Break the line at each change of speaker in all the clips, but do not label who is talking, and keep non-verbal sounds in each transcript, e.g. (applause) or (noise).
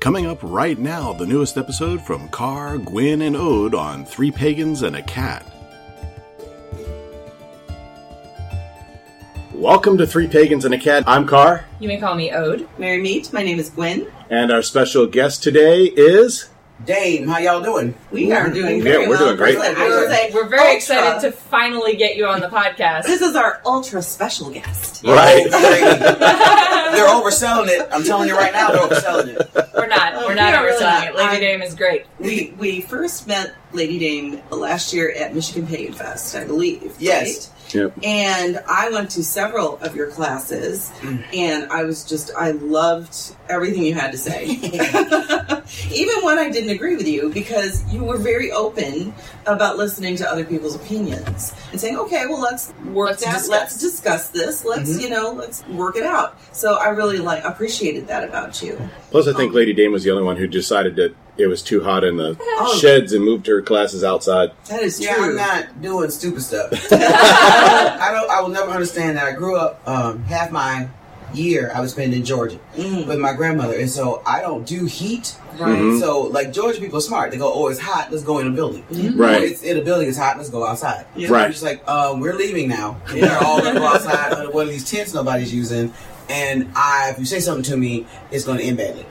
Coming up right now, the newest episode from Carr, Gwyn, and Ode on Three Pagans and a Cat. Welcome to Three Pagans and a Cat. I'm Carr,
You may call me Ode.
Mary Meet. My name is Gwen.
and our special guest today is.
Dame, how y'all doing?
We are doing
Yeah,
very
we're
well.
doing great.
I would say
We're very
ultra-
excited to finally get you on the podcast.
This is our ultra special guest.
Right.
they're overselling it. I'm telling you right now, they're overselling it.
We're not. We're not
We are really
overselling it.
not.
Lady
I-
Dame is great.
We we first met Lady Dame last year at Michigan Pagan Fest, I believe.
Yes.
right?
Yep.
And I went to several of your classes, and I was just I loved everything you had to say, even when I didn't agree with you because you were very open about listening to other people's opinions and saying, okay, well let's
Work
let's, dis- let's discuss this. Let's
Mm-hmm.
you know let's work it out. So I really like appreciated that about you.
Plus, I think Lady Dame was the only one who decided that it was too hot in the
Oh.
sheds and moved her classes outside.
That is
Yeah,
true.
I'm not doing
(laughs)
stupid stuff. I, don't, I don't. I will never understand that. I grew up um, half my year I was spent in Georgia
Mm.
with my grandmother, and so I don't do heat.
Right. Mm-hmm.
Mhm.
So, like Georgia people are smart. They go, "Oh, it's hot. Let's go in the building."
Right.
Or it's in the building. It's hot. Let's go outside.
Mm-hmm. Yeah.
Right.
I'm just like, um, we're leaving now. And they're all gonna go outside under one of these tents nobody's using. And I, if you say something to me, it's going to
(laughs)
end badly.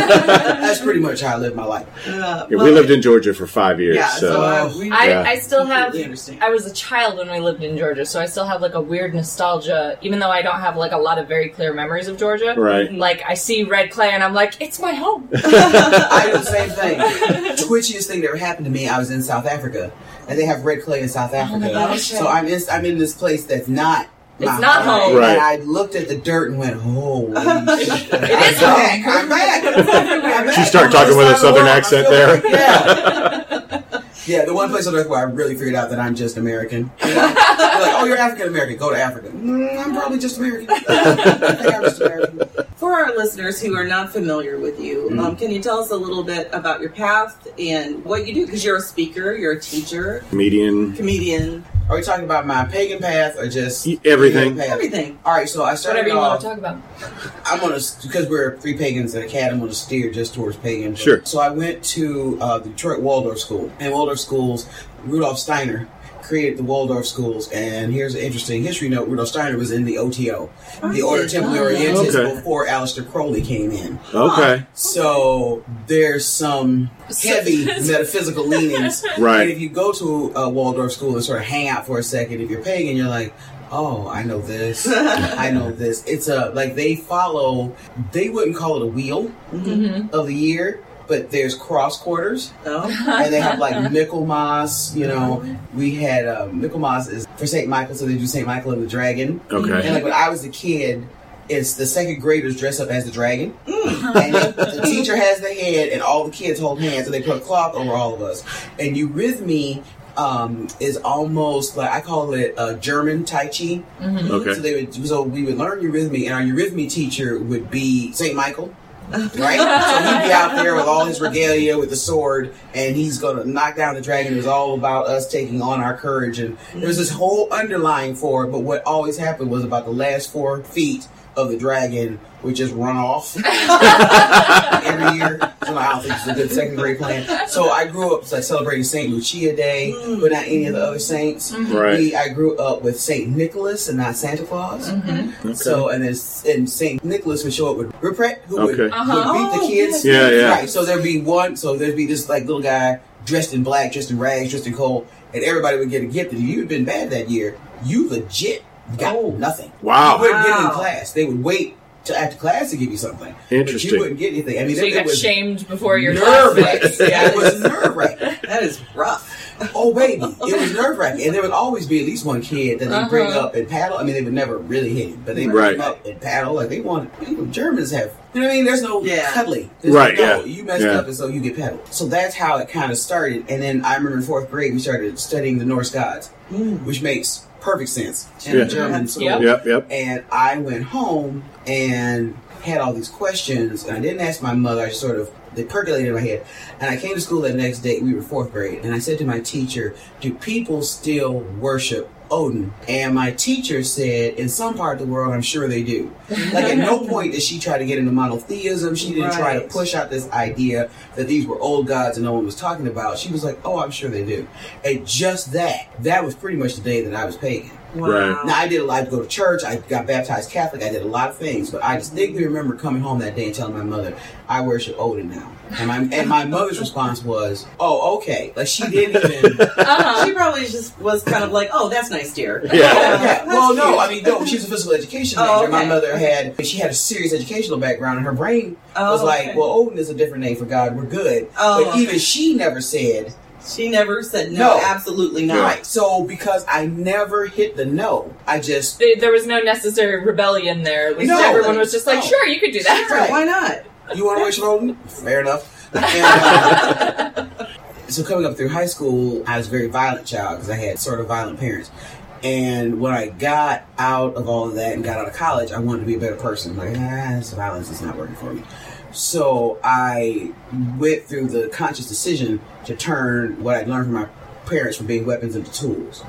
That's pretty much how I live my life.
Uh,
Yeah,
well,
we lived in Georgia for five years.
Yeah,
so.
so I, we,
I,
Yeah.
I still have.
Completely understand.
I was a child when we lived in Georgia, so I still have like a weird nostalgia. Even though I don't have like a lot of very clear memories of Georgia,
Right.
Like I see red clay and I'm like, it's my home.
I do the same thing. Twitchiest thing that ever happened to me. I was in South Africa, and they have red clay in
Oh
South Africa.
gosh.
so I'm in, I'm in this place that's not.
It's
my
not home.
Right.
And I looked at the dirt and went,
(laughs)
"Oh, it is I'm
is
back. I'm back. I'm back.
She started talking with a southern accent there. (laughs)
Yeah. yeah, the one place on earth where I really figured out that I'm just American. You know? They're like, "Oh, you're African American. Go to Africa. Mm, I'm probably just
(laughs)
American. I think I'm just American.
for our listeners who are not familiar with you,
Mm-hmm.
um, can you tell us a little bit about your path and what you do? Because you're a speaker, you're a teacher,
Comedian.
comedian,
Are we talking about my pagan path or just
E, Everything.
pagan path?
everything. (laughs)
All right, so I started
Whatever you
off.
want to talk about.
I'm gonna because we're three pagans and a cat. I'm gonna steer just towards pagan.
Sure.
So I went to uh, the Detroit Waldorf School, and Waldorf schools, Rudolf Steiner created the Waldorf schools. And here's an interesting history note: Rudolf Steiner was in the OTO,
Oh,
the Order of Temple Orientis,
Okay.
before Aleister Crowley came in.
Okay.
So
(laughs)
there's some heavy metaphysical leanings.
Right.
And if you go to a Waldorf school and sort of hang out for a second, if you're pagan, you're like, oh, I know this. (laughs)
Mm-hmm.
I know this. It's a, like, they follow, they wouldn't call it a wheel
Mm-hmm.
of the year, but there's cross quarters (laughs)
No?
and they have like Michaelmas. You know, we had uh, Michaelmas is for Saint Michael, so they do Saint Michael and the Dragon.
Okay.
(laughs)
And like when I was a kid, it's the second graders dress up as the dragon, and the teacher has the head, and all the kids hold hands, and they put a cloth over all of us. And eurythmy um, is almost like I call it uh, German Tai Chi. So
Okay.
they would, so we would learn eurythmy, and our eurythmy teacher would be Saint Michael, right? so he'd be out there with all his regalia with the sword, and he's going to knock down the dragon. It was all about us taking on our courage, and there was this whole underlying for it. But what always happened was about the last four feet of the dragon would just run off every year. So I don't think it's a good second grade plan. So I grew up like celebrating Saint Lucia Day,
Mm.
but not any of the other saints.
Mm-hmm.
Right.
We, I grew up with Saint Nicholas and not Santa Claus.
Mm-hmm.
So and it's, and Saint Nicholas would show up with Ripret, who would,
Okay.
would
Uh-huh.
beat the
Oh,
kids.
yes.
Yeah, yeah.
Right. So there'd be one. So there'd be this like little guy dressed in black, dressed in rags, dressed in coal, and everybody would get a gift. And if you'd been bad that year, you legit got nothing. You
Wow.
wouldn't get it in
Oh. Wow.
class. They would wait to after class to give you something. But
Interesting.
you wouldn't get anything. I
(laughs)
mean,
So
it,
you
it
got
was
shamed before your
nerve
classmates. (laughs)
wracking. Yeah, it was nerve wracking.
That is rough.
Oh baby, it was nerve wracking, and there would always be at least one kid that they would bring
Uh-huh.
up and paddle. I mean, they would never really hit him, but they would
Right.
bring him up and paddle like they want. you know, Germans have, you know what I mean? There's no
Yeah.
cuddling, There's
Right,
No,
yeah.
You messed
Yeah.
up, and so you get paddled. So that's how it kind of started. And then I remember in fourth grade we started studying the Norse gods, which makes perfect sense in
Yeah.
a German school.
Yep.
Yep. Yep.
And I went home and had all these questions, and I didn't ask my mother. I sort of they percolated in my head, and I came to school that next day. We were fourth grade, and I said to my teacher, "Do people still worship?" Odin and my teacher said, in some part of the world, I'm sure they do. Like, at no point did she try to get into monotheism. She didn't try to
Right.
push out this idea that these were old gods and no one was talking about. She was like, "Oh, I'm sure they do." And just that—that was pretty much the day that I was pagan.
Wow.
Right.
Now I did a lot I go to church. I got baptized Catholic. I did a lot of things, but I distinctly remember coming home that day and telling my mother, "I worship Odin now." And my and my mother's response was, "Oh, okay." Like she didn't
(laughs)
even.
Uh-huh.
She probably just was kind of like, "Oh, that's nice, dear." (laughs)
Yeah.
Yeah, well, no, I mean, no. She's a physical education major.
Oh,
My
okay.
mother had she had a serious educational background, and her brain
Oh,
was like,
okay.
"Well, Odin is a different name for God. We're good."
Oh,
but
okay.
even she never said
She never said no.
No.
Absolutely not.
Right. So because I never hit the no, I just
Th- There was no necessary rebellion there. It was-
No,
everyone was just like,
no.
sure, you could do
Sure,
that.
Right.
Why not?
you want to wish Roden? Fair enough. And, uh, (laughs) so coming up through high school, I was a very violent child because I had sort of violent parents. And when I got out of all of that and got out of college, I wanted to be a better person. Like, ah, this violence is not working for me. So I went through the conscious decision to turn what I'd learned from my parents from being weapons into tools.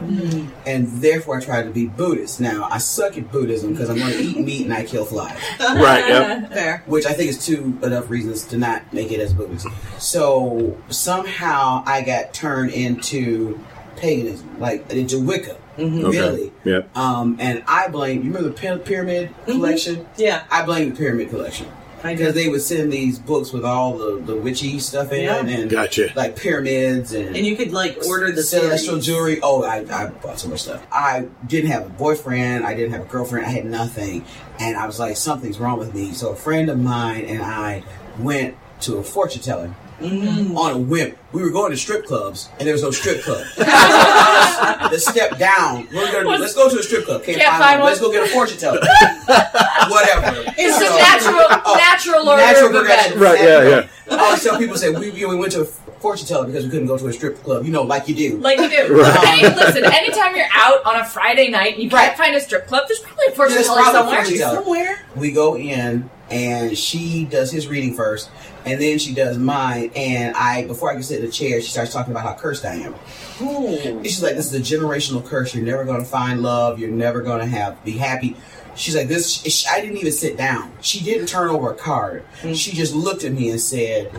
And therefore, I tried to be Buddhist. Now, I suck at Buddhism because I'm going to eat meat and I kill flies
Right,
(laughs)
yep.
Fair.
which I think is two enough reasons to not make it as movies. So somehow I got turned into paganism, like into Wicca,
Mm-hmm.
Okay.
really.
Yep.
Um, and I blame you remember the py- pyramid collection.
Yeah.
I blame the pyramid collection
Mm-hmm. I
because they would send these books with all the, the witchy stuff in
Yeah.
and
Gotcha.
like pyramids and
And you could like order the
celestial
series.
jewelry. Oh, I, I bought so much stuff. I didn't have a boyfriend. I didn't have a girlfriend. I had nothing, and I was like, something's wrong with me. So a friend of mine and I went to a fortune teller.
Mm.
On a whim, we were going to strip clubs, and there was no
(laughs)
strip club. the step down. We're gonna, let's go to a strip club. Can't,
Can't find
Let's go
one.
get a
(laughs)
fortune teller. Whatever.
It's
So-
a natural,
Oh,
natural order
natural
of events.
progression.
Right, yeah, yeah.
I always tell people say we, you know, we went to a fortune teller because we couldn't go to a strip club. You know, like you do.
Like you do.
Right.
Any- listen, anytime you're out on a Friday night and you can't
Right.
find a strip club, there's probably a fortune
There's
teller
probably a
somewhere. Uh-huh.
fortune teller.
somewhere.
we go in and she does his reading first and then she does mine and i before i can sit in the chair she starts talking about how cursed i am and she's like this is a generational curse you're never going to find love you're never going to have be happy she's like this sh- i didn't even sit down she didn't turn over a card she just looked at me and said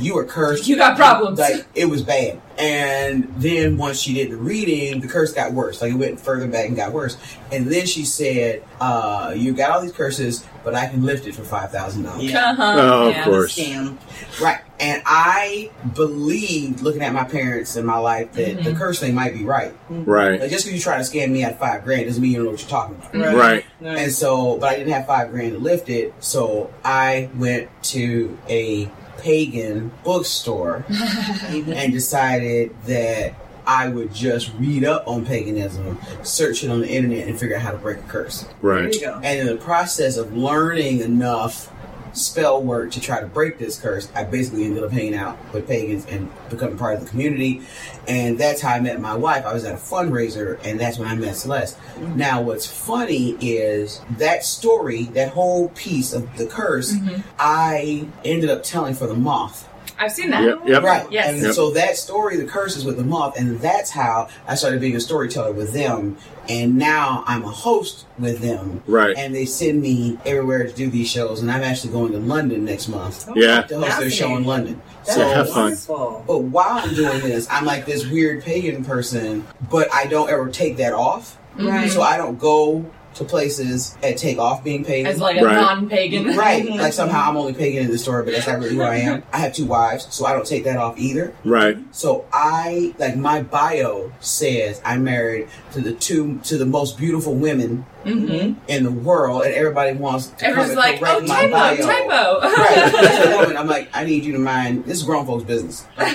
you are cursed
Mm. You got problems.
like it was bad and then once she did the reading the curse got worse like it went further back and got worse and then she said uh, you got all these curses but i can lift it for $5000
Yeah.
Uh-huh.
Oh,
yeah.
of course.
Scam.
Right. And I believed, looking at my parents in my life, that
Mm-hmm.
the curse thing might be right.
Right.
Like, just because you try to scam me at five grand doesn't mean you know what you're talking about.
Right.
Right.
And so, but I didn't have five grand to lift it, so I went to a pagan bookstore and decided that I would just read up on paganism, search it on the internet, and figure out how to break a curse.
There
Right.
you go.
And in the process of learning enough spell work to try to break this curse, I basically ended up hanging out with pagans and becoming part of the community. And that's how I met my wife. I was at a fundraiser, and that's when I met Celeste. Now, what's funny is that story, that whole piece of the curse, I ended up telling for the moth.
I've seen that.
Yep. Yep.
Right.
Yes.
And
Yep.
so that story, the curse is with the moth, and that's how I started being a storyteller with them. And now I'm a host with them.
Right.
And they send me everywhere to do these shows, and I'm actually going to London next month
Yeah.
to host their show in London.
That's
So have fun.
wonderful.
But while I'm doing this, I'm like this weird pagan person, but I don't ever take that off.
Right.
So I don't go to places and take off being pagan.
As like a
Right.
non-pagan.
Right, like somehow I'm only pagan in the story, but that's not really who I am. I have two wives, so I don't take that off either.
Right.
So I like my bio says I'm married to the two to the most beautiful women in the world, and everybody wants to
Mm-hmm. Everyone's
come and
like,
correct
oh,
my
typo,
bio.
typo. (laughs)
Right, As a woman, I'm like, I need you to mind. This is grown folks' business. and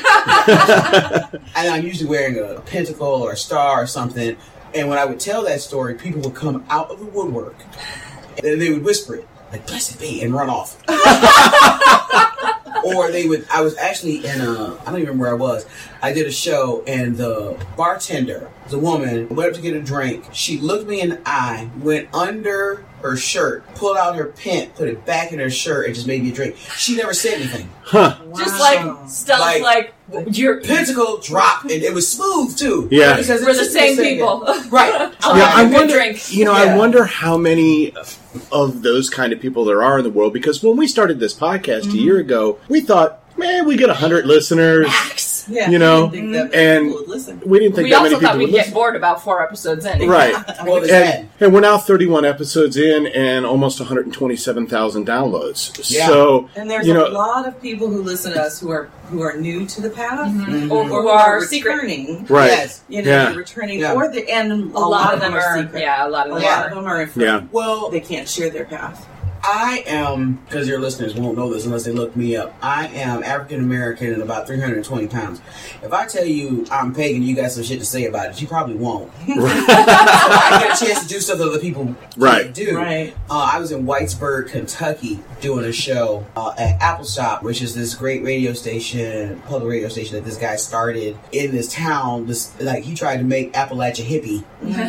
I'm usually wearing a pentacle or a star or something. And when I would tell that story, people would come out of the woodwork, and they would whisper it, like "Blessed be," and run off or they would. I was actually in a. I don't even remember where I was. I did a show, and the bartender, the woman, went up to get a drink. She looked me in the eye, went under her shirt, pulled out her pant, put it back in her shirt, and just made me a drink. She never said anything.
Huh.
Just
Wow.
like stealth, like,
Like-
you're
Pentacle drop, and it was smooth too.
Yeah.
Because it
we're the
took me a
same
second.
people.
Right.
I'll
Yeah,
have
I
a good
wonder-
drink.
You know, I
Yeah.
wonder how many of those kind of people there are in the world because when we started this podcast
Mm-hmm.
a year ago, we thought, man, we get 100 listeners.
Yeah,
You know,
I didn't think that
and-
people would listen. (laughs)
We didn't think
we
that many
also
people
thought
would
we'd get
listen.
bored about four episodes in.
Right.
Well, there's that.
And, and we're now 31 episodes in and almost 127,000 downloads.
Yeah.
(laughs)
So,
And there's
you know,
a lot of people who listen to us who are who are new to the path
Or
Mm-hmm. or
Mm-hmm.
who
who
are
are
secret.
returning.
Mm-hmm. right.
Yes.
You know,
Yeah.
they're returning,
Yeah.
or the and
A
a,
lot of them are,
secret.
yeah, a lot of
a
them
lot of
are.
them are in
Yeah.
Well,
They can't share their path.
I am, because your listeners won't know this unless they look me up. I am African American and about 320 pounds. If I tell you I'm pagan, you got some shit to say about it. You probably won't. (laughs) I get a chance to do stuff that other people can't
Right.
do.
Right.
Uh, I was in Whitesburg, Kentucky, doing a show uh, at Apple Shop, which is this great radio station, public radio station that this guy started in this town. This like he tried to make Appalachia hippie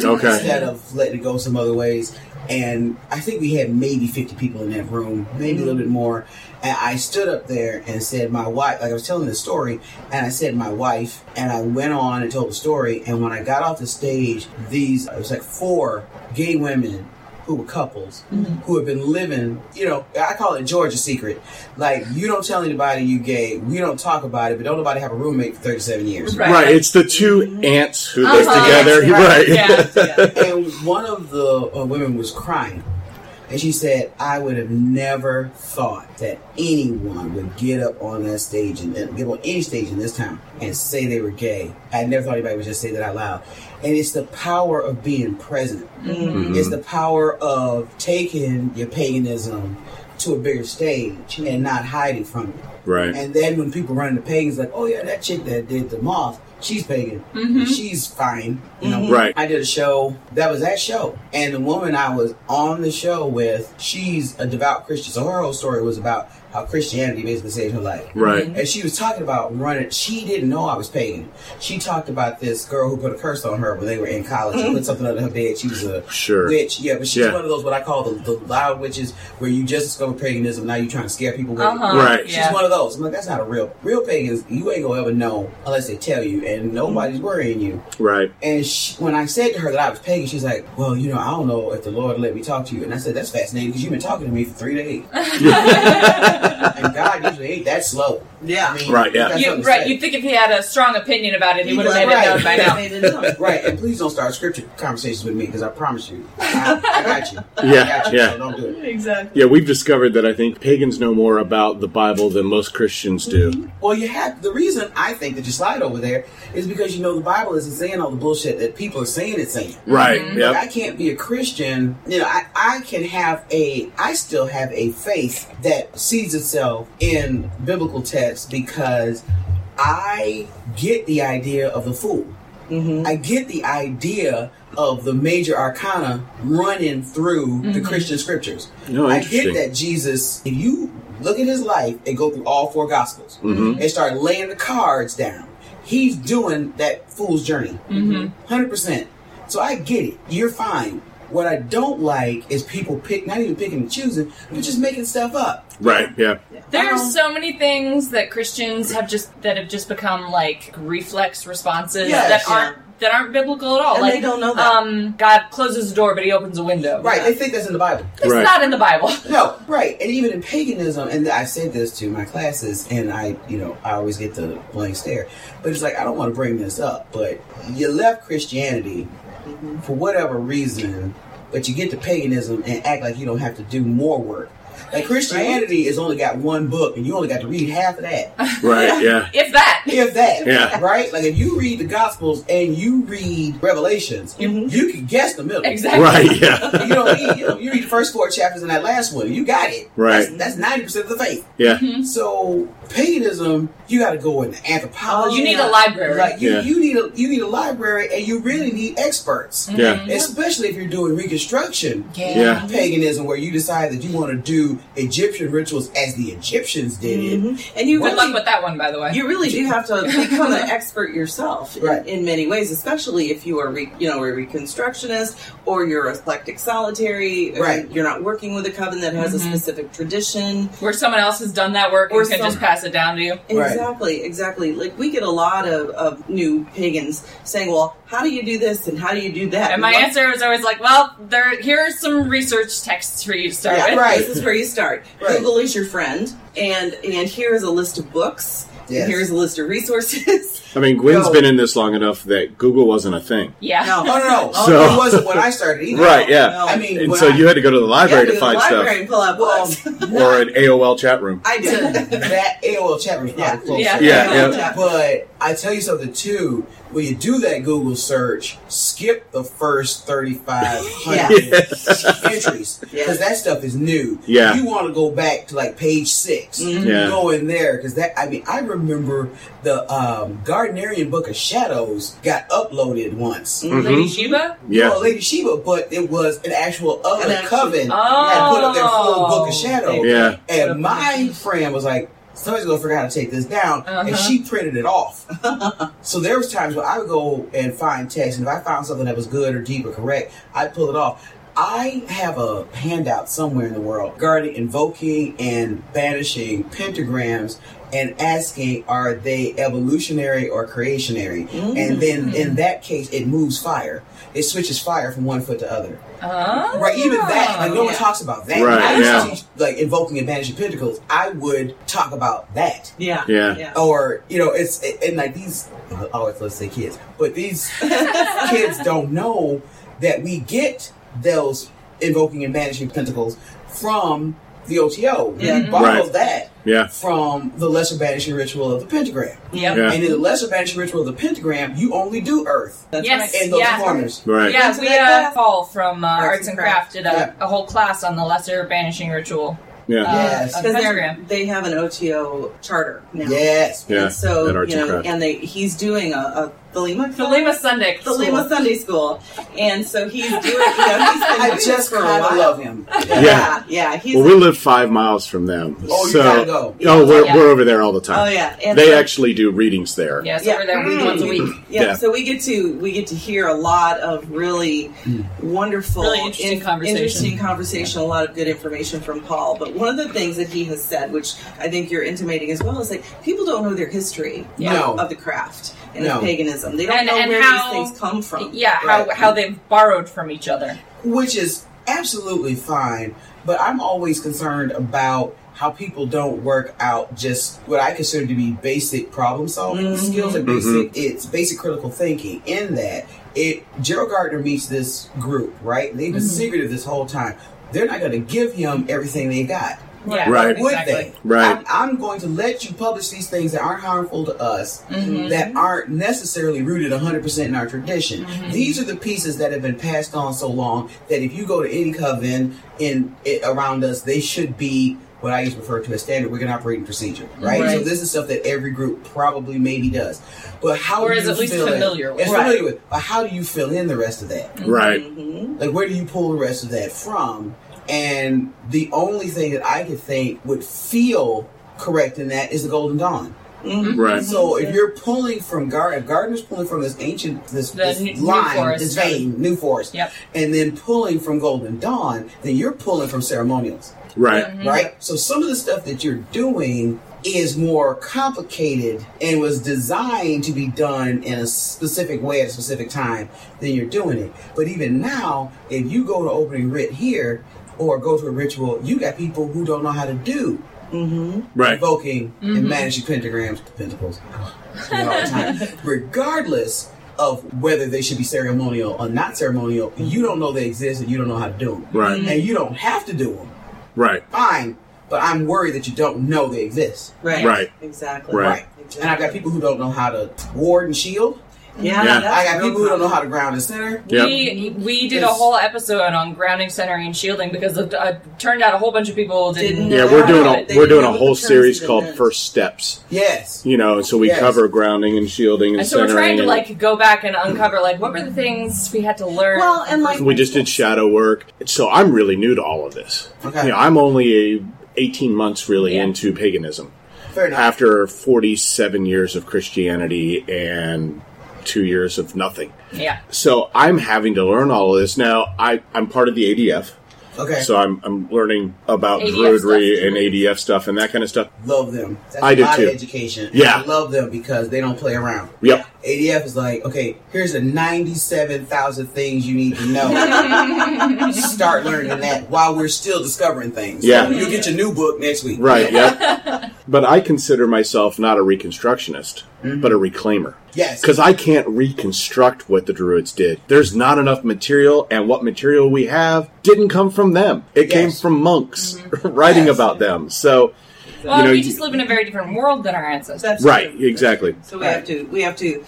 Okay.
instead of letting it go some other ways. And I think we had maybe 50 people in that room, maybe a little bit more. And I stood up there and said, My wife, like I was telling the story, and I said, My wife, and I went on and told the story. And when I got off the stage, these, it was like four gay women who were couples who have been living, you know, I call it Georgia secret. Like, you don't tell anybody you gay, we don't talk about it, but don't nobody have a roommate for 37 years.
Right. It's the two ants who live
Uh-huh.
together.
Right.
(laughs) Right.
Yeah.
and one of the uh, women was crying. And she said, I would have never thought that anyone would get up on that stage and and get on any stage in this town and say they were gay. I never thought anybody would just say that out loud. And it's the power of being present. It's the power of taking your paganism to a bigger stage and not hiding from it.
Right.
And then when people run into pagans, like, oh yeah, that chick that did the moth, she's pagan. She's fine. You know,
Right.
I did a show that was that show, and the woman I was on the show with, she's a devout Christian. So her whole story was about how Christianity basically saved her life.
Right.
And she was talking about running. She didn't know I was pagan. She talked about this girl who put a curse on her when they were in college and put something under her bed. She was a
Sure.
witch. Yeah, but she's
Yeah.
one of those what I call the, the loud witches where you just discover paganism. Now you're trying to scare people with it.
Uh-huh.
Right.
She's
Yeah.
one of those. I'm like, that's not a real real pagans. You ain't gonna ever know unless they tell you, and nobody's worrying you.
(laughs)
Right.
And she, when I said to her that I was pagan, she's like, "Well, you know, I don't know if the Lord let me talk to you." And I said, "That's fascinating because you've been talking to me for three days,
(laughs)
and God usually ain't that slow."
Yeah.
I
(laughs)
mean,
Right, yeah.
that's
You,
something to
right.
say.
You'd think if he had a strong opinion about it, he
He
would have
was
made it known by
right.
now.
(laughs) They didn't know.
Right, and please don't start scripture conversations with me because I promise you, I, I got you.
Yeah,
I got you,
yeah.
So don't do it.
Exactly.
Yeah, we've discovered that I think pagans know more about the Bible than most Christians do.
Well, you have the reason I think that you slide over there is because you know the Bible isn't saying all the bullshit that people are saying it's saying.
Right.
Like, Mm-hmm. I
Yep.
can't be a Christian. You know, I, I can have a, I still have a faith that sees itself in biblical texts because I get the idea of the fool. I get the idea of the major arcana running through the Christian scriptures.
No,
I
interesting.
get that Jesus, if you look at his life and go through all four gospels and start laying the cards down, he's doing that fool's journey. Hundred percent. So I get it. You're fine. What I don't like is people pick not even picking and choosing, but just making stuff up.
Right. Yeah.
There's
Um,
so many things that Christians have just that have just become like reflex responses
Yes,
that
yeah.
aren't that aren't biblical at all.
And
like
they don't know that.
Um, God closes a door, but He opens a window.
Right. They think that's in the Bible.
It's
Right.
not in the Bible. (laughs)
No, right. And even in paganism, and I said this to my classes, and I, you know, I always get the blank stare. But it's like, I don't want to bring this up, but you left Christianity for whatever reason, but you get to paganism and act like you don't have to do more work. Like Christianity has only got one book, and you only got to read half of that.
Right. Yeah.
If
(laughs)
that.
If that,
Yeah.
right? Like if you read the Gospels and you read Revelations, you can guess the middle.
Exactly.
Right. Yeah. (laughs)
You don't need, you, know, you read the first four chapters and that last one, you got it.
Right.
That's ninety percent of the faith.
Yeah.
Mm-hmm.
So paganism, you got to go into anthropology.
You need a library.
Like you,
Yeah.
you need a you need a library, and you really need experts,
Mm-hmm.
Yeah.
especially if you're doing reconstruction
Yeah.
Yeah.
paganism, where you decide that you want to do Egyptian rituals as the Egyptians did it.
And you
Good
really,
luck with that one, by the way.
you really do have
(laughs)
to become an expert yourself in,
Right.
in many ways, especially if you are, re, you know, a reconstructionist or you're eclectic solitary. or
Right. Mm-hmm.
You're not working with a coven that has a specific tradition.
Where someone else has done that work
Or
and can just
some-
pass it down to you.
Right.
Exactly, exactly. Like we get a lot of, of new pagans saying, "Well, how do you do this and how do you do that?"
And my
well,
answer was always like, well, there here's some research texts for you to start
Yeah,
with.
right.
This is where you start.
(laughs) Right.
Google is your friend, and and here is a list of books. and
Yes.
Here's a list of resources.
I mean, Gwen's
Go.
been in this long enough that Google wasn't a thing.
Yeah.
No.
Oh
(laughs)
(laughs) no, no,
(laughs)
oh,
So-
it wasn't when I started either.
Right, yeah.
No.
I mean,
And
when
so
I-
you had to go to the library
Yeah,
to
go the
find
library
stuff.
and pull out
Well, (laughs)
books.
Or an AOL chat room.
I (laughs)
to
did.
that AOL chat was
Yeah.
probably closer.
Yeah.
Yeah,
yeah.
But I tell you something too. When you do that Google search, skip the first thirty
(laughs)
five hundred entries because
Yeah.
that stuff is new.
Yeah.
you want to go back to like page 6
Mhm.
Yeah.
Go in there because that. I mean, I remember the um, Gardenerian Book of Shadows got uploaded once.
Mhm.
Lady
Mhm.
Sheba?
Yeah.
Well, Lady Sheba, but it was an actual other
An actual-
coven
Oh.
had put up their full book of shadows.
Yeah.
And my friend was like, somebody's gonna figure out how to take this down. And
Uh-huh.
she printed it off. (laughs) so there was times where I would go and find text, and if I found something that was good or deep or correct, I'd pull it off. I have a handout somewhere in the world regarding invoking and banishing pentagrams and asking are they evolutionary or creationary? And then in that case it moves fire. It switches fire from one foot to other.
Oh.
Right, even that, like no one
Yeah.
talks about that.
Right,
I used
yeah.
to teach, like invoking and banishing pentacles. I would talk about that,
Yeah.
Yeah.
(laughs)
or you know, it's and like these. I always let's say kids,
(laughs)
but these kids don't know that we get those invoking and banishing pentacles from the OTO.
Yeah.
We borrow
Right.
that
Yeah.
from the lesser banishing ritual of the pentagram,
Yep.
Yeah.
and in the lesser banishing ritual of the pentagram, you only do earth
That's
Yes.
in those
Yeah.
corners.
Right.
Yeah, we uh, Paul from uh, Arts, and Craft did a,
Yeah.
a whole class on the Lesser Banishing Ritual.
Yeah.
Uh,
Yes.
of
Because they're-
pentagram.
they have an OTO charter now.
Yes.
Yeah,
And so
at Arts
you
and
know,
Crafts.
and they he's doing a, a Thelema
The Lima Sunday.
the Lima Sunday School, and so he's doing. You know,
(laughs)
he's been
I
doing
just
it for a
kind
while.
of love him.
(laughs) Yeah, yeah. He's
Well, we live five miles from them.
Oh, you
so,
gotta go.
Oh, we're,
Yeah.
we're over there all the time.
oh yeah. And
They
so-
actually do readings there.
Yes,
Yeah.
over there
Mm.
once a week.
Yeah,
Yeah.
so we get to we get to hear a lot of really
Hmm.
wonderful,
Really interesting conversation.
interesting conversation, a lot of good information from Paul. But one of the things that he has said, which I think you're intimating as well, is like people don't know their history
Yeah.
No.
of the craft and
No.
of paganism. They don't
And-
know
and
where
how-
these things come from.
Yeah, how,
Mm. Right.
how they've borrowed from each other.
which is absolutely fine. But I'm always concerned about how people don't work out just what I consider to be basic problem solving
Mhm.
skills and basic it's basic critical thinking. In that, it Gerald Gardner meets this group, right? They've been secretive this whole time. They're not going to give him everything they got.
Yeah,
Right.
Would
Exactly.
they?
Right.
I'm, I'm going to let you publish these things that aren't harmful to us,
Mhm.
that aren't necessarily rooted 100% in our tradition.
Mm-hmm.
These are the pieces that have been passed on so long that if you go to any coven in it, around us, they should be what I used to refer to as standard working operating procedure, right?
Right.
So this is stuff that every group probably maybe does, but how
Or
do
is
you
at least
fill in-
familiar with.
It's
Right.
familiar with, but how do you fill in the rest of that?
Right.
Mhm.
Like, where do you pull the rest of that from? And the only thing that I could think would feel correct in that is the Golden Dawn.
Mhm.
Right.
So if you're pulling from Gar, if Gardner's pulling from this ancient this,
The
this
new- new
line,
forest.
this vein, New Forest,
Yep.
and then pulling from Golden Dawn, then you're pulling from ceremonials,
Right.
right? So some of the stuff that you're doing is more complicated and was designed to be done in a specific way at a specific time than you're doing it. But even now, if you go to opening writ here or go to a ritual, you got people who don't know how to do
Right.
invoking and managing pentagrams, pentacles, you know, all the time. regardless of whether they should be ceremonial or not ceremonial. You don't know they exist, and you don't know how to do them.
Right.
and you don't have to do them.
Right.
Fine, but I'm worried that you don't know they exist.
Right.
Right.
Exactly.
Right.
Exactly.
And I've got people who don't know how to ward and shield.
Yeah.
Yeah.
that's
I got
real
people who don't know
common.
how to ground and center.
Yep.
We we did a
Yes.
whole episode on grounding, centering, and shielding because it uh, turned out a whole bunch of people didn't.
Didn't
Yeah,
know.
we're
I
doing
know
a
it. They
we're
didn't
doing
know
a
what
whole
the terms
series
even
called
meant.
First Steps.
Yes.
You know, so we
Yes.
cover grounding and shielding and,
And so we're trying
centering
to
and-
like go back and uncover like what were the things we had to learn.
Well, and like
we just did shadow work. So I'm really new to all of this.
Okay.
You know, I'm only a 18 months really
Yeah.
into paganism.
Fair enough.
after 47 years of Christianity and two years of nothing.
Yeah.
So I'm having to learn all of this now. I, I'm part of the ADF,
Okay.
so I'm, I'm learning about
ADF
Druidry
stuff.
and ADF stuff and that kind of stuff.
love them. That's
I
a
do
lot
too.
of education. And
Yeah.
I love them because they don't play around.
Yep.
ADF is like, okay, here's the 97,000 things you need to know.
(laughs)
Start learning that while we're still discovering things.
Yeah.
So you'll get your new book next week.
Right, yep. but I consider myself not a reconstructionist,
Mm-hmm.
but a reclaimer.
Yes.
Because I can't reconstruct what the Druids did. There's not enough material, and what material we have didn't come from them. It came
Yes.
from monks (laughs) writing
Yes.
about them. So,
Well,
know,
we
you-
just live in a very different world than our ancestors.
That's
right,
true.
exactly.
So we have to we have to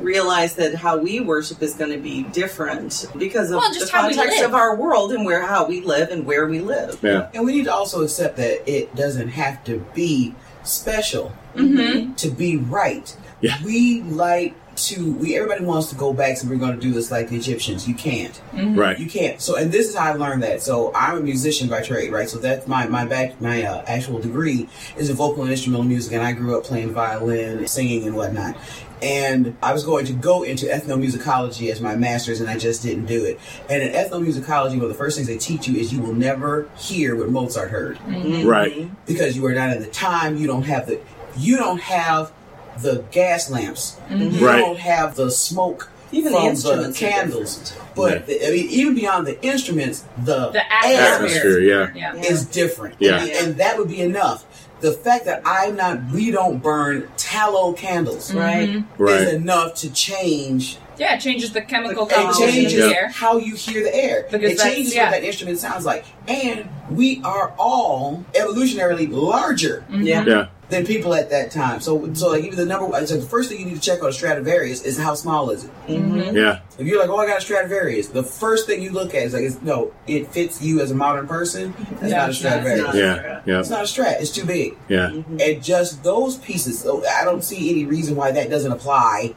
realize that how we worship is going to be different because of
Well, just
the
how we
context
live.
of our world and where how we live and where we live.
Yeah.
And we need to also accept that it doesn't have to be special
Mm-hmm.
to be right.
Yeah.
We like to we everybody wants to go back and we're gonna do this like the Egyptians. You can't. Mm-hmm. You
Right.
can't. So, and this is how I learned that. So, I'm a musician by trade, right? So that's my my back my uh, actual degree is in vocal and instrumental music, and I grew up playing violin, singing, and whatnot. And I was going to go into ethnomusicology as my master's, and I just didn't do it. And in ethnomusicology, one of the first things they teach you is you will never hear what Mozart heard
Right.
Mm-hmm.
because you are not in the time. You don't have the you don't have the gas lamps. You
Right.
don't have the smoke
Even the
from
instruments are
candles.
different.
But
Yeah.
the, I mean, even beyond the instruments, the,
The
Atmosphere, yeah.
Yeah.
is different.
Yeah.
And, and that would be enough. The fact that I'm not we don't burn tallow candles
Mm-hmm.
Mm-hmm.
Right.
Right.
is enough to change
Yeah, it changes the chemical
it
composition
changes
of the air.
how you hear the air.
Because
it
that's-
changes
yeah.
what that instrument sounds like. And we are all evolutionarily larger
Mm-hmm.
Yeah.
Yeah.
than people at that time. So, so like even the number, so the first thing you need to check on a Stradivarius is how small is it.
Mm-hmm.
Yeah.
If you're like, oh, I got a Stradivarius, the first thing you look at is like, it's, no, it fits you as a modern person. That's
Yeah,
not a
it's
Stradivarius.
not.
Yeah. Yeah.
It's not a strat. It's too big.
Yeah.
And just those pieces. So I don't see any reason why that doesn't apply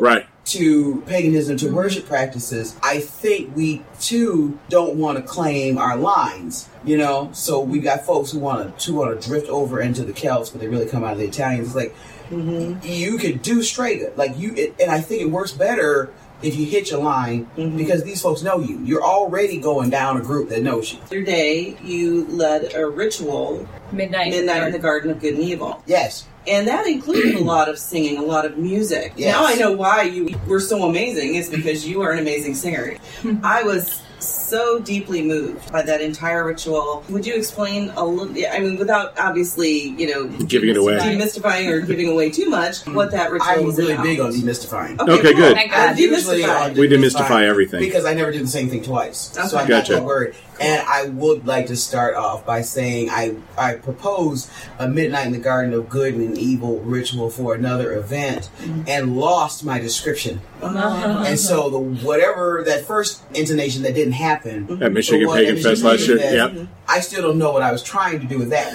Right.
to paganism, to worship practices, I think we too don't want to claim our lines, you know. So we got folks who want to who want to drift over into the Celts, but they really come out of the Italians. It's like
Mm-hmm.
you could do straight, like you, it, and I think it works better if you hit your line because these folks know you. You're already going down a group that knows you.
The other day, you led a ritual,
Midnight.
Midnight in the Garden of Good and Evil.
Yes,
And that included
(clears throat)
a lot of singing, a lot of music.
Yes.
Now I know why you were so amazing. It's because you are an amazing
(laughs)
singer. I was so deeply moved by that entire ritual. Would you explain a little? I mean, without obviously, you know,
Giving it away.
demystifying or giving away too
(laughs)
much, what that ritual
I'm
was
really
about.
big on demystifying.
Okay, good.
Thank
I
God.
Demystify.
usually on
We demystify everything.
because I never do the same thing twice. So I'm
Gotcha.
not that worried. And I would like to start off by saying I I propose a midnight in the garden of good and evil ritual for another event, and lost my description.
Uh-huh.
And so the whatever that first intonation that didn't happen
At Michigan
the one
Pagan
at
Fest
Michigan
last year.
Pagan
Yep.
Fest, I still don't know what I was trying to do with that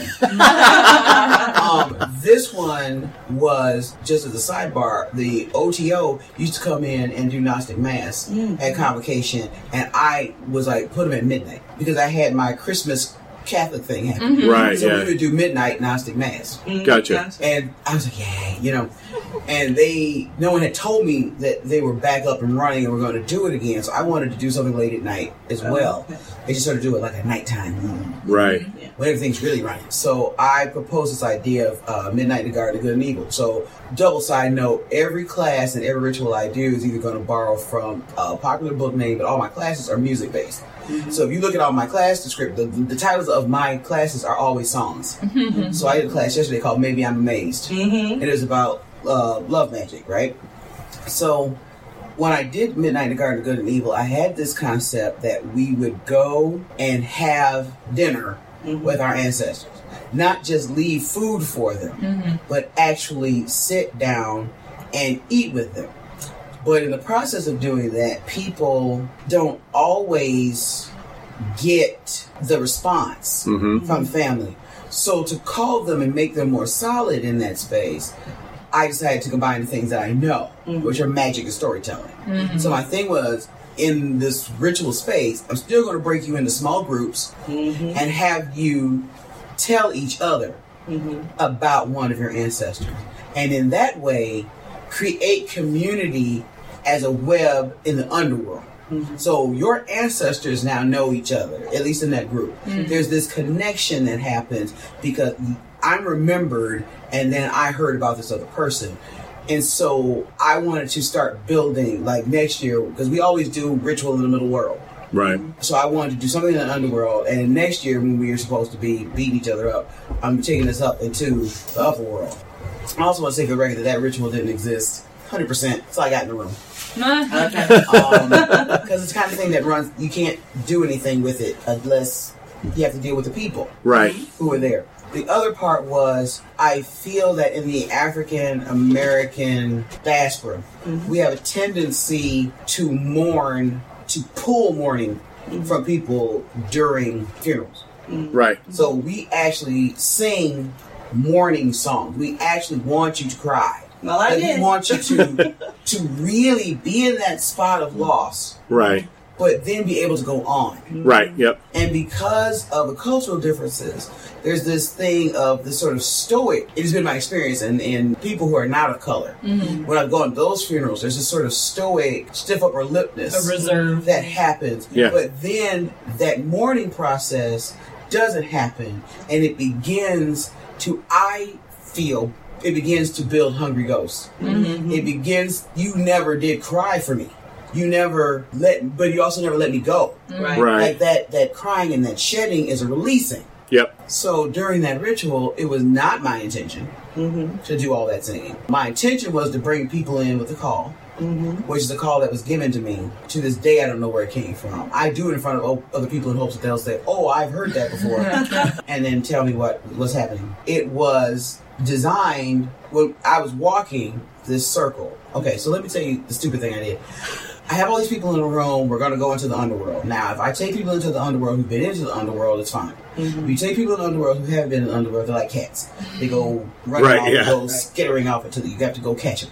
one. um, this one was just as a sidebar. The OTO used to come in and do Gnostic Mass at convocation, and I was like, put them at midnight because I had my Christmas Catholic thing happen.
Right.
So we
Yeah.
would do midnight Gnostic Mass.
Mm-hmm.
Gotcha.
And I was like, yeah, you know. And they, no one had told me that they were back up and running and were going to do it again. So I wanted to do something late at night as well. They just sort of do it like at nighttime
Right.
when everything's really running. So I proposed this idea of uh, Midnight in the Garden of Good and Evil. So, double side note, every class and every ritual I do is either going to borrow from a popular book name, but all my classes are music based. So if you look at all my class descript, the, the titles of my classes are always songs. So I did a class yesterday called Maybe I'm Amazed. Mm-hmm. It is about uh, love magic, right? So when I did Midnight in the Garden of Good and Evil, I had this concept that we would go and have dinner with our ancestors. Not just leave food for them, but actually sit down and eat with them. But in the process of doing that, people don't always get the response
Mm-hmm.
from family. So to call them and make them more solid in that space, I decided to combine the things that I know, which are magic and storytelling. So my thing was in this ritual space,
(laughs)
I'm still going to break you into small groups and have you tell each other
Mm-hmm.
about one of your ancestors. And in that way, create community as a web in the underworld.
Mhm.
So your ancestors now know each other, at least in that group. There's this connection that happens because I'm remembered and then I heard about this other person. And so I wanted to start building like next year because we always do ritual in the middle world.
Right.
So I wanted to do something in the underworld, and next year when we were supposed to be beating each other up, I'm taking us up into the upper world. I also want to say for the record that that ritual didn't exist. 100%. So I got in the room.
(laughs)
Uh-huh.
Okay.
(laughs) Because it's the kind of thing that runs, you can't do anything with it unless you have to deal with the people
Right.
who were there. The other part was I feel that in the African American diaspora, we have a tendency to mourn, to pull mourning from people during funerals.
Right.
So we actually sing mourning songs. We actually want you to cry.
Well, I
Like,
did.
We want you
(laughs)
to to really be in that spot of loss,
Right.
but then be able to go on.
Mm-hmm.
Right. Yep.
And because of the cultural differences, there's this thing of this sort of stoic. It has been my experience, and, and people who are not of color,
Mm-hmm.
when I go to those funerals, there's this sort of stoic, stiff upper lipness
A reserve.
that happens.
Yeah.
But then that mourning process doesn't happen, and it begins to, I feel, it begins to build hungry ghosts. It begins, you never did cry for me. You never let, but you also never let me go
right.
Right.
like that that crying and that shedding is a releasing
Yep.
so during that ritual it was not my intention
Mm-hmm.
to do all that singing my intention was to bring people in with a call
Mm-hmm.
which is a call that was given to me to this day i don't know where it came from i do it in front of o- other people in hopes that they'll say oh i've heard that before and then tell me what was happening it was designed when i was walking this circle okay so let me tell you the stupid thing i did I have all these people in a room. We're going to go into the underworld. Now, if I take people into the underworld who've been into the underworld, it's fine. If you take people in the underworld who haven't been in the underworld, they're like cats. They go running
Right,
off,
yeah.
they go skittering off until you have to go catch them.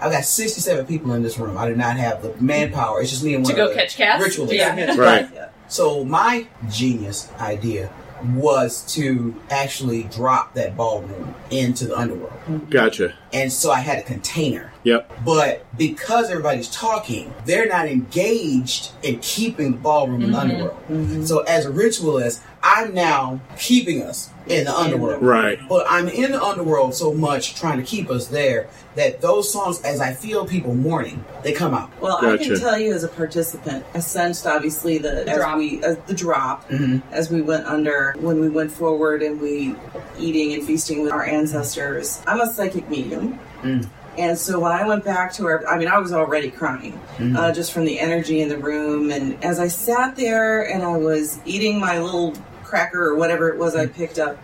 I've got 67 people in this room. I do not have the manpower. It's just me and one
To go
other
catch cats?
Ritualist.
Yeah.
Right.
So my genius idea was to actually drop that ballroom into the underworld.
Gotcha.
And so I had a container.
Yep.
But because everybody's talking, they're not engaged in keeping the ballroom in the
Mm-hmm.
underworld. So as a ritualist, I'm now keeping us in the underworld.
Right.
But I'm in the underworld so much trying to keep us there that those songs, as I feel people mourning, they come out.
Well, I can
Gotcha.
tell you as a participant, I sensed obviously the, as
drop.
we as the drop
Mhm.
as we went under when we went forward and we eating and feasting with our ancestors. I'm a psychic medium.
Mm.
And so when I went back to her, I mean, I was already crying
Mm.
uh, just from the energy in the room. And as I sat there and I was eating my little cracker or whatever it was I picked up,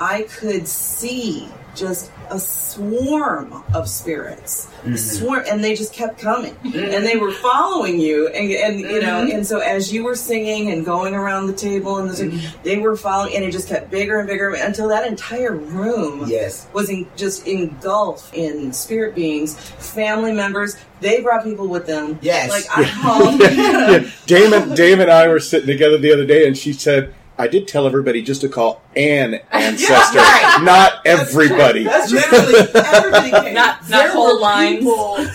I could see just a swarm of spirits swarm and they just kept coming and they were following you and, and you know and so as you were singing and going around the table and the, they were following and it just got bigger and bigger until that entire room
Yes.
was in, just engulfed in spirit beings family members they brought people with them
Yes.
like i
(laughs)
called
yeah. Dame and Dame and I were sitting together the other day, and she said, "I did tell everybody just to call an ancestor, not everybody."
That's literally
everybody came
Not
there
not whole
were
lines.
people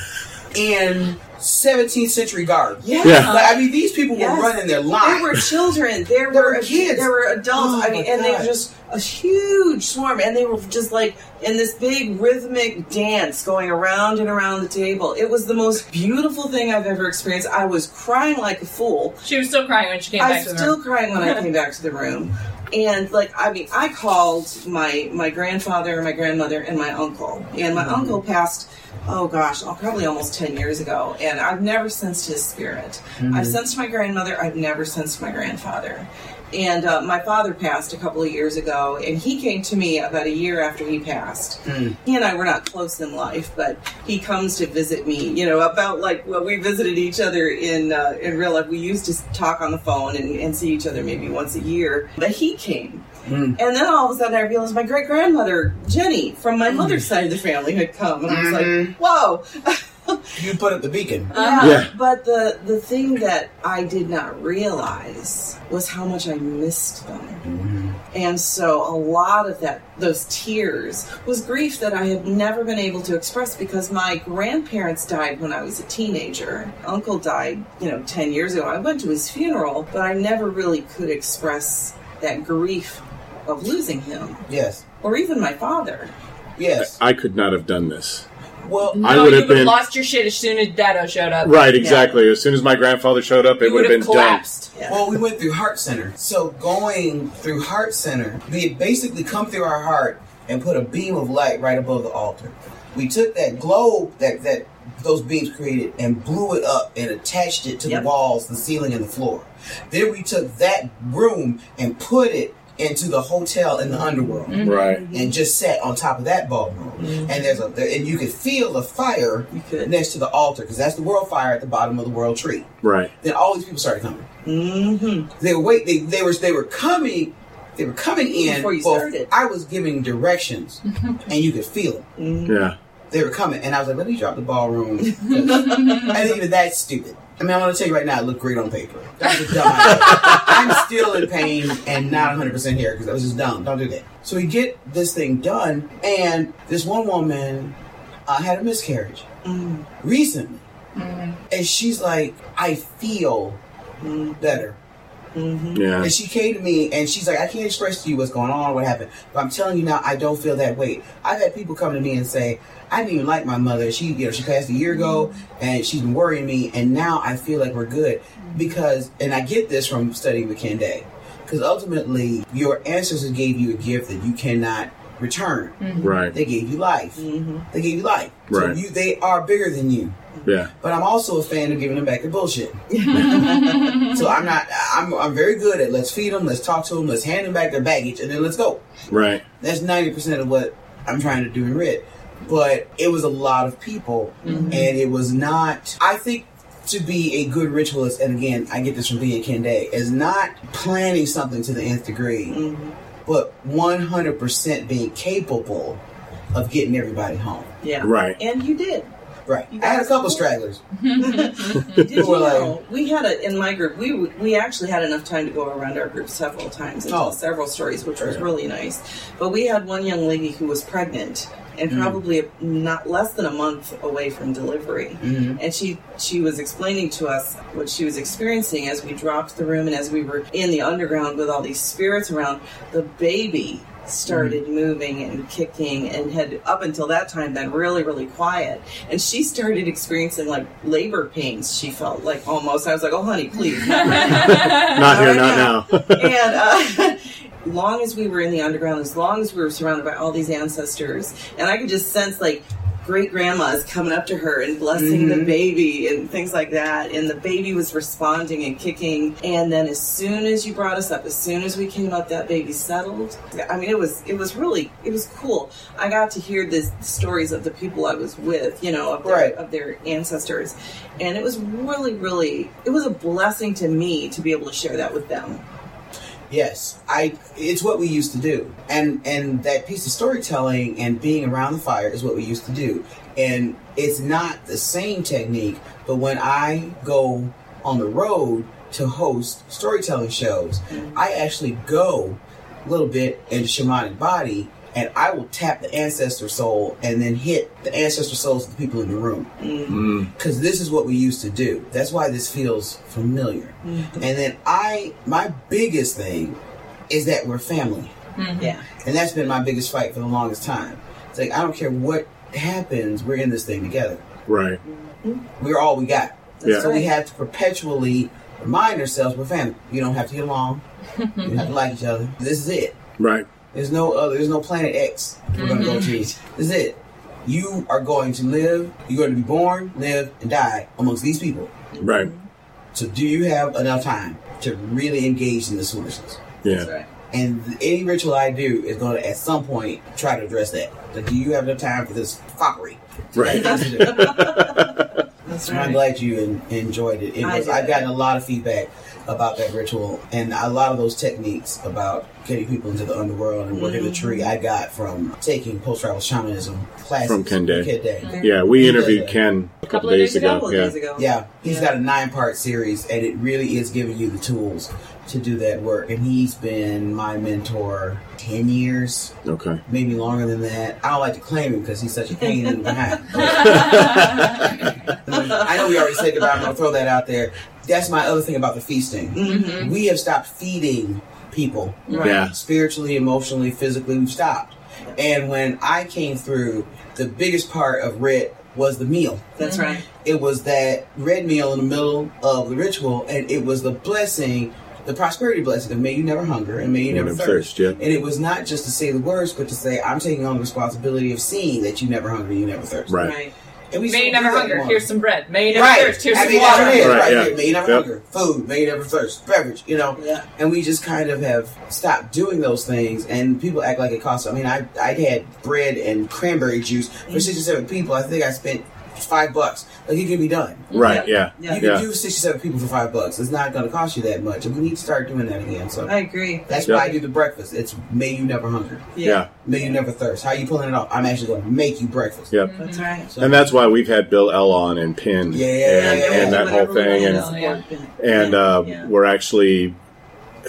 in 17th century garb.
yes.
Yeah.
Like, I mean, these people
Yes.
were running their
There
line.
were children. There,
There
were
were kids.
There were adults.
Oh
I mean,
my
and they
God.
were just a huge swarm, and they were just like in this big rhythmic dance going around and around the table. It was the most beautiful thing I've ever experienced. I was crying like a fool.
She was still crying when she came
I
back
was
to the
still
room.
crying when I came back to the room. And like I mean, I called my my grandfather, my grandmother, and my uncle. And my
Mm-hmm.
uncle passed. Oh gosh, oh, probably almost ten years ago. And I've never sensed his spirit.
Mm-hmm.
I've sensed my grandmother. I've never sensed my grandfather. And uh, my father passed a couple of years ago, and he came to me about a year after he passed.
Mm.
He and I were not close in life, but he comes to visit me. You know, about like when we visited each other in uh, in real life, we used to talk on the phone and, and see each other maybe once a year. But he came,
Mm.
and then all of a sudden I realized my great grandmother Jenny from my mother's side of the family had come, and I was
Mhm.
like, "Whoa!"
You put up the beacon.
Yeah,
Yeah.
But the the
Mm-hmm.
thing that I did not realize was how much I missed them. And so a lot of that, those tears, was grief that I had never been able to express because my grandparents died when I was a teenager. Uncle died, you know, 10 years ago. I went to his funeral, but I never really could express that grief of losing him
Yes.
or even my father.
Yes.
I could not have done this.
Well,
No,
I
Oh, you
would have
would've
been-
lost your shit as soon as Dado showed up.
Right, exactly. As soon as my grandfather showed up, it
You
would have been done.
collapsed.
Oh.
Well, we went through Heart Center. So going through Heart Center, we had basically come through our heart and put a beam of light right above the altar. We took that globe that that those beams created and blew it up and attached it to
Yep.
the walls, the ceiling, and the floor. Then we took that room and put it into the hotel in the underworld
Mm-hmm. Right.
and just sat on top of that ballroom. And there's a there, and you could feel the fire
You could.
next to the altar because that's the world fire at the bottom of the world tree.
Right.
Then all these people started coming.
Mm-hmm.
They were wait. They, they were they were coming. They were coming in
Before you
well,
started.
I was
(laughs)
giving directions, and you could feel it.
Yeah.
They were coming, and I was like, "Let me drop
(laughs)
the ballroom." I think even that's stupid. I mean, I want to tell you right now, it looked great on paper. That was a dumb idea. I'm still in pain and not 100 percent here because that was just dumb. Don't do that. So we get this thing done, and this one woman uh, had a miscarriage
Mm.
recently,
Mm-hmm.
and she's like, "I feel
Yeah.
better."
Mm-hmm.
And she came to me and she's like, I can't express to you what's going on, what happened. But I'm telling you now, I don't feel that weight. I've had people come to me and say, I didn't even like my mother. She, you know, she passed a year ago and she's been worrying me. And now I feel like we're good because, and I get this from studying with Kenday, because ultimately your ancestors gave you a gift that you cannot return.
Right.
They gave you life.
Mm-hmm.
They gave you life. So
Right.
you, they are bigger than you
Yeah.
but I'm also a fan of giving them back the
(laughs)
bullshit. so I'm not. I'm. I'm very good at let's feed them, let's talk to them, let's hand them back their baggage, and then let's go.
Right.
That's ninety percent of what I'm trying to do in Red. But it was a lot of people,
Mm-hmm.
and it was not. I think to be a good ritualist, and again, I get this from being Kenday, is not planning something to the nth degree,
Mm-hmm.
but one hundred percent being capable of getting everybody home.
Yeah. (laughs)
Right.
And you did.
Right.
You
I had a
guys-
couple stragglers.
Did you
Or like-
know we had a in my group? We w- we actually had enough time to go around our group several times and
Oh.
tell several stories, which was really nice. But we had one young lady who was pregnant and probably a- not less than a month away from delivery,
Mm-hmm.
and she she was explaining to us what she was experiencing as we dropped the room and as we were in the underground with all these spirits around. The baby started moving and kicking and had up until that time been really really quiet and she started experiencing like labor pains she felt like almost i was like oh honey please not right
Not here, not now. (laughs)
and uh, (laughs) long as we were in the underground, as long as we were surrounded by all these ancestors, and I could just sense like great grandma is coming up to her and blessing the baby and things like that. And the baby was responding and kicking. And then as soon as you brought us up, as soon as we came up, that baby settled. I mean, it was it was really it was cool. I got to hear the stories of the people I was with, you know, of their,
Right.
of their ancestors, and it was really really it was a blessing to me to be able to share that with them.
Yes, I. It's what we used to do, and and that piece of storytelling and being around the fire is what we used to do, and it's not the same technique. But when I go on the road to host storytelling shows, I actually go a little bit in shamanic body, and I will tap the ancestor soul and then hit the ancestor souls of the people in the room
Mm-hmm.
Mm,
because this is what we used to do. That's why this feels familiar. And then I, my biggest thing is that we're family.
Mm-hmm.
Yeah.
And that's been my biggest fight for the longest time. It's like, I don't care what happens, we're in this thing together.
Right.
We're all we got.
Yeah.
So we have to perpetually remind ourselves we're family. You don't have to get along, you don't have to like each other. This is it.
Right.
There's no other. There's no planet X. We're gonna go to. This is it. You are going to live. You're going to be born, live, and die amongst these people.
Right.
So, do you have enough time to really engage in the sources?
That's
Yeah.
right.
And any ritual I do is going to, at some point, try to address that. Like, do you have enough time for this fuckery?
Right.
(laughs) That's what it is.
That's
I'm glad you en- enjoyed it. it
I
was,
did.
I've gotten a lot of feedback about that ritual and a lot of those techniques about getting people into the underworld and
Mm-hmm.
working the tree. I got from taking post tribal shamanism classes
From Ken Day.
Day.
Yeah. We interviewed Ken a
Couple
couple
of
days
days ago,
A couple
ago.
of
Yeah.
days ago.
Yeah, he's
Yeah.
got a nine part series, and it really is giving you the tools to do that work, and he's been my mentor ten years,
Okay. (laughs)
maybe longer than that. I don't like to claim him because he's such a pain in the behind. I know we already said goodbye, but I'll throw that out there. That's my other thing about the feasting.
Mm-hmm.
We have stopped feeding people
Right.
Yeah.
spiritually, emotionally, physically, we've stopped. And when I came through, the biggest part of red was the meal.
That's right.
It was that red meal in the middle of the ritual, and it was the blessing, the prosperity blessing of may you never hunger and may you
When
never
I'm
thirst.
first, yeah.
And it was not just to say the words, but to say, I'm taking on the responsibility of seeing that you never hunger, you never thirst.
Right.
Right.
And
(laughs)
we
May you
still do
never
that
hunger.
tomorrow.
Here's some bread. May you never
right.
thirst. Here's
I
some
mean,
water.
that's what it is,
Right,
right,
yeah.
there. May you never
Yep.
hunger. Food, may you never thirst. Beverage, you know
Yeah.
and we just kind of have stopped doing those things and people act like it costs i mean i i had bread and cranberry juice
Mm-hmm.
for six or seven people i think i spent five bucks like it can be done
Right. Yeah.
Yeah.
you can
Yeah.
do six or seven people for five bucks it's not going to cost you that much and we need to start doing that
Uh,
again so
I agree.
that's
Yeah.
why i do the breakfast it's may you never hunger
Yeah.
may you never thirst how you pulling it off i'm actually going to make you breakfast
Yep.
That's right.
So-
And that's why we've had Bill L on and Penn
Yeah,
and,
yeah,
and that whole thing. And
is.
and uh,
Yeah.
we're actually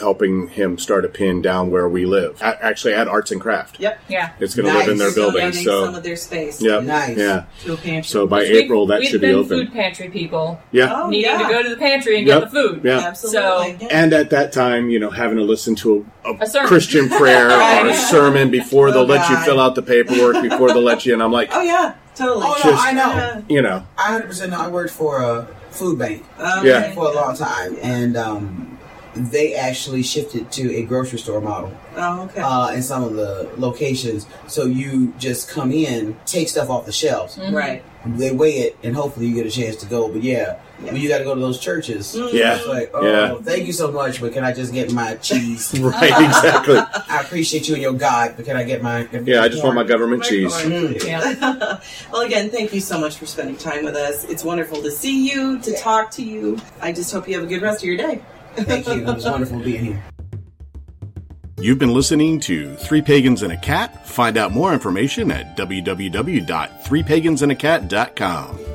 helping him start a pin down where we live. A- actually, at Arts and Craft,
Yep.
Yeah.
it's going to live in their
Nice.
building.
Donating
So,
some of their space.
yep,
Nice.
yeah.
To a pantry.
So by
Which we've-
April, that
we've
should
been
be open.
Food pantry people
Yeah,
Oh,
needing
yeah.
to go to the pantry and
Yep.
get the food.
yeah.
Absolutely. Yeah.
And at that time, you know, having to listen to a, a,
A sermon. (laughs)
Christian prayer or a
Right.
sermon before they'll
Oh,
let you
God.
fill out the paperwork, before they'll let you in. I'm like,
Oh yeah. Totally.
Oh, no,
Just-
I know.
you know,
I 100% know. I worked for a food bank
Yeah.
Yeah.
Okay.
for a long time, and um, they actually shifted to a grocery store model
Oh, okay.
uh, in some of the locations. So you just come in, take stuff off the shelves,
Mhm.
Right.
they weigh it, and hopefully you get a chance to go. But yeah,
Yeah.
when you got to go to those churches.
Yeah. (laughs)
It's like, oh,
Yeah.
thank you so much, but can I just get
(laughs)
my cheese?
right? Exactly.
I appreciate you and your God, but can I get my?
Yeah, I just want my government cheese.
Mm.
Yeah.
Oh, (laughs) well, again, thank you so much for spending time with us. It's wonderful to see you, to talk to you. I just hope you have a good rest of your day.
Thank you. It was wonderful being here.
You've been listening to Three Pagans and a Cat. Find out more information at www.threepagansandacat.com.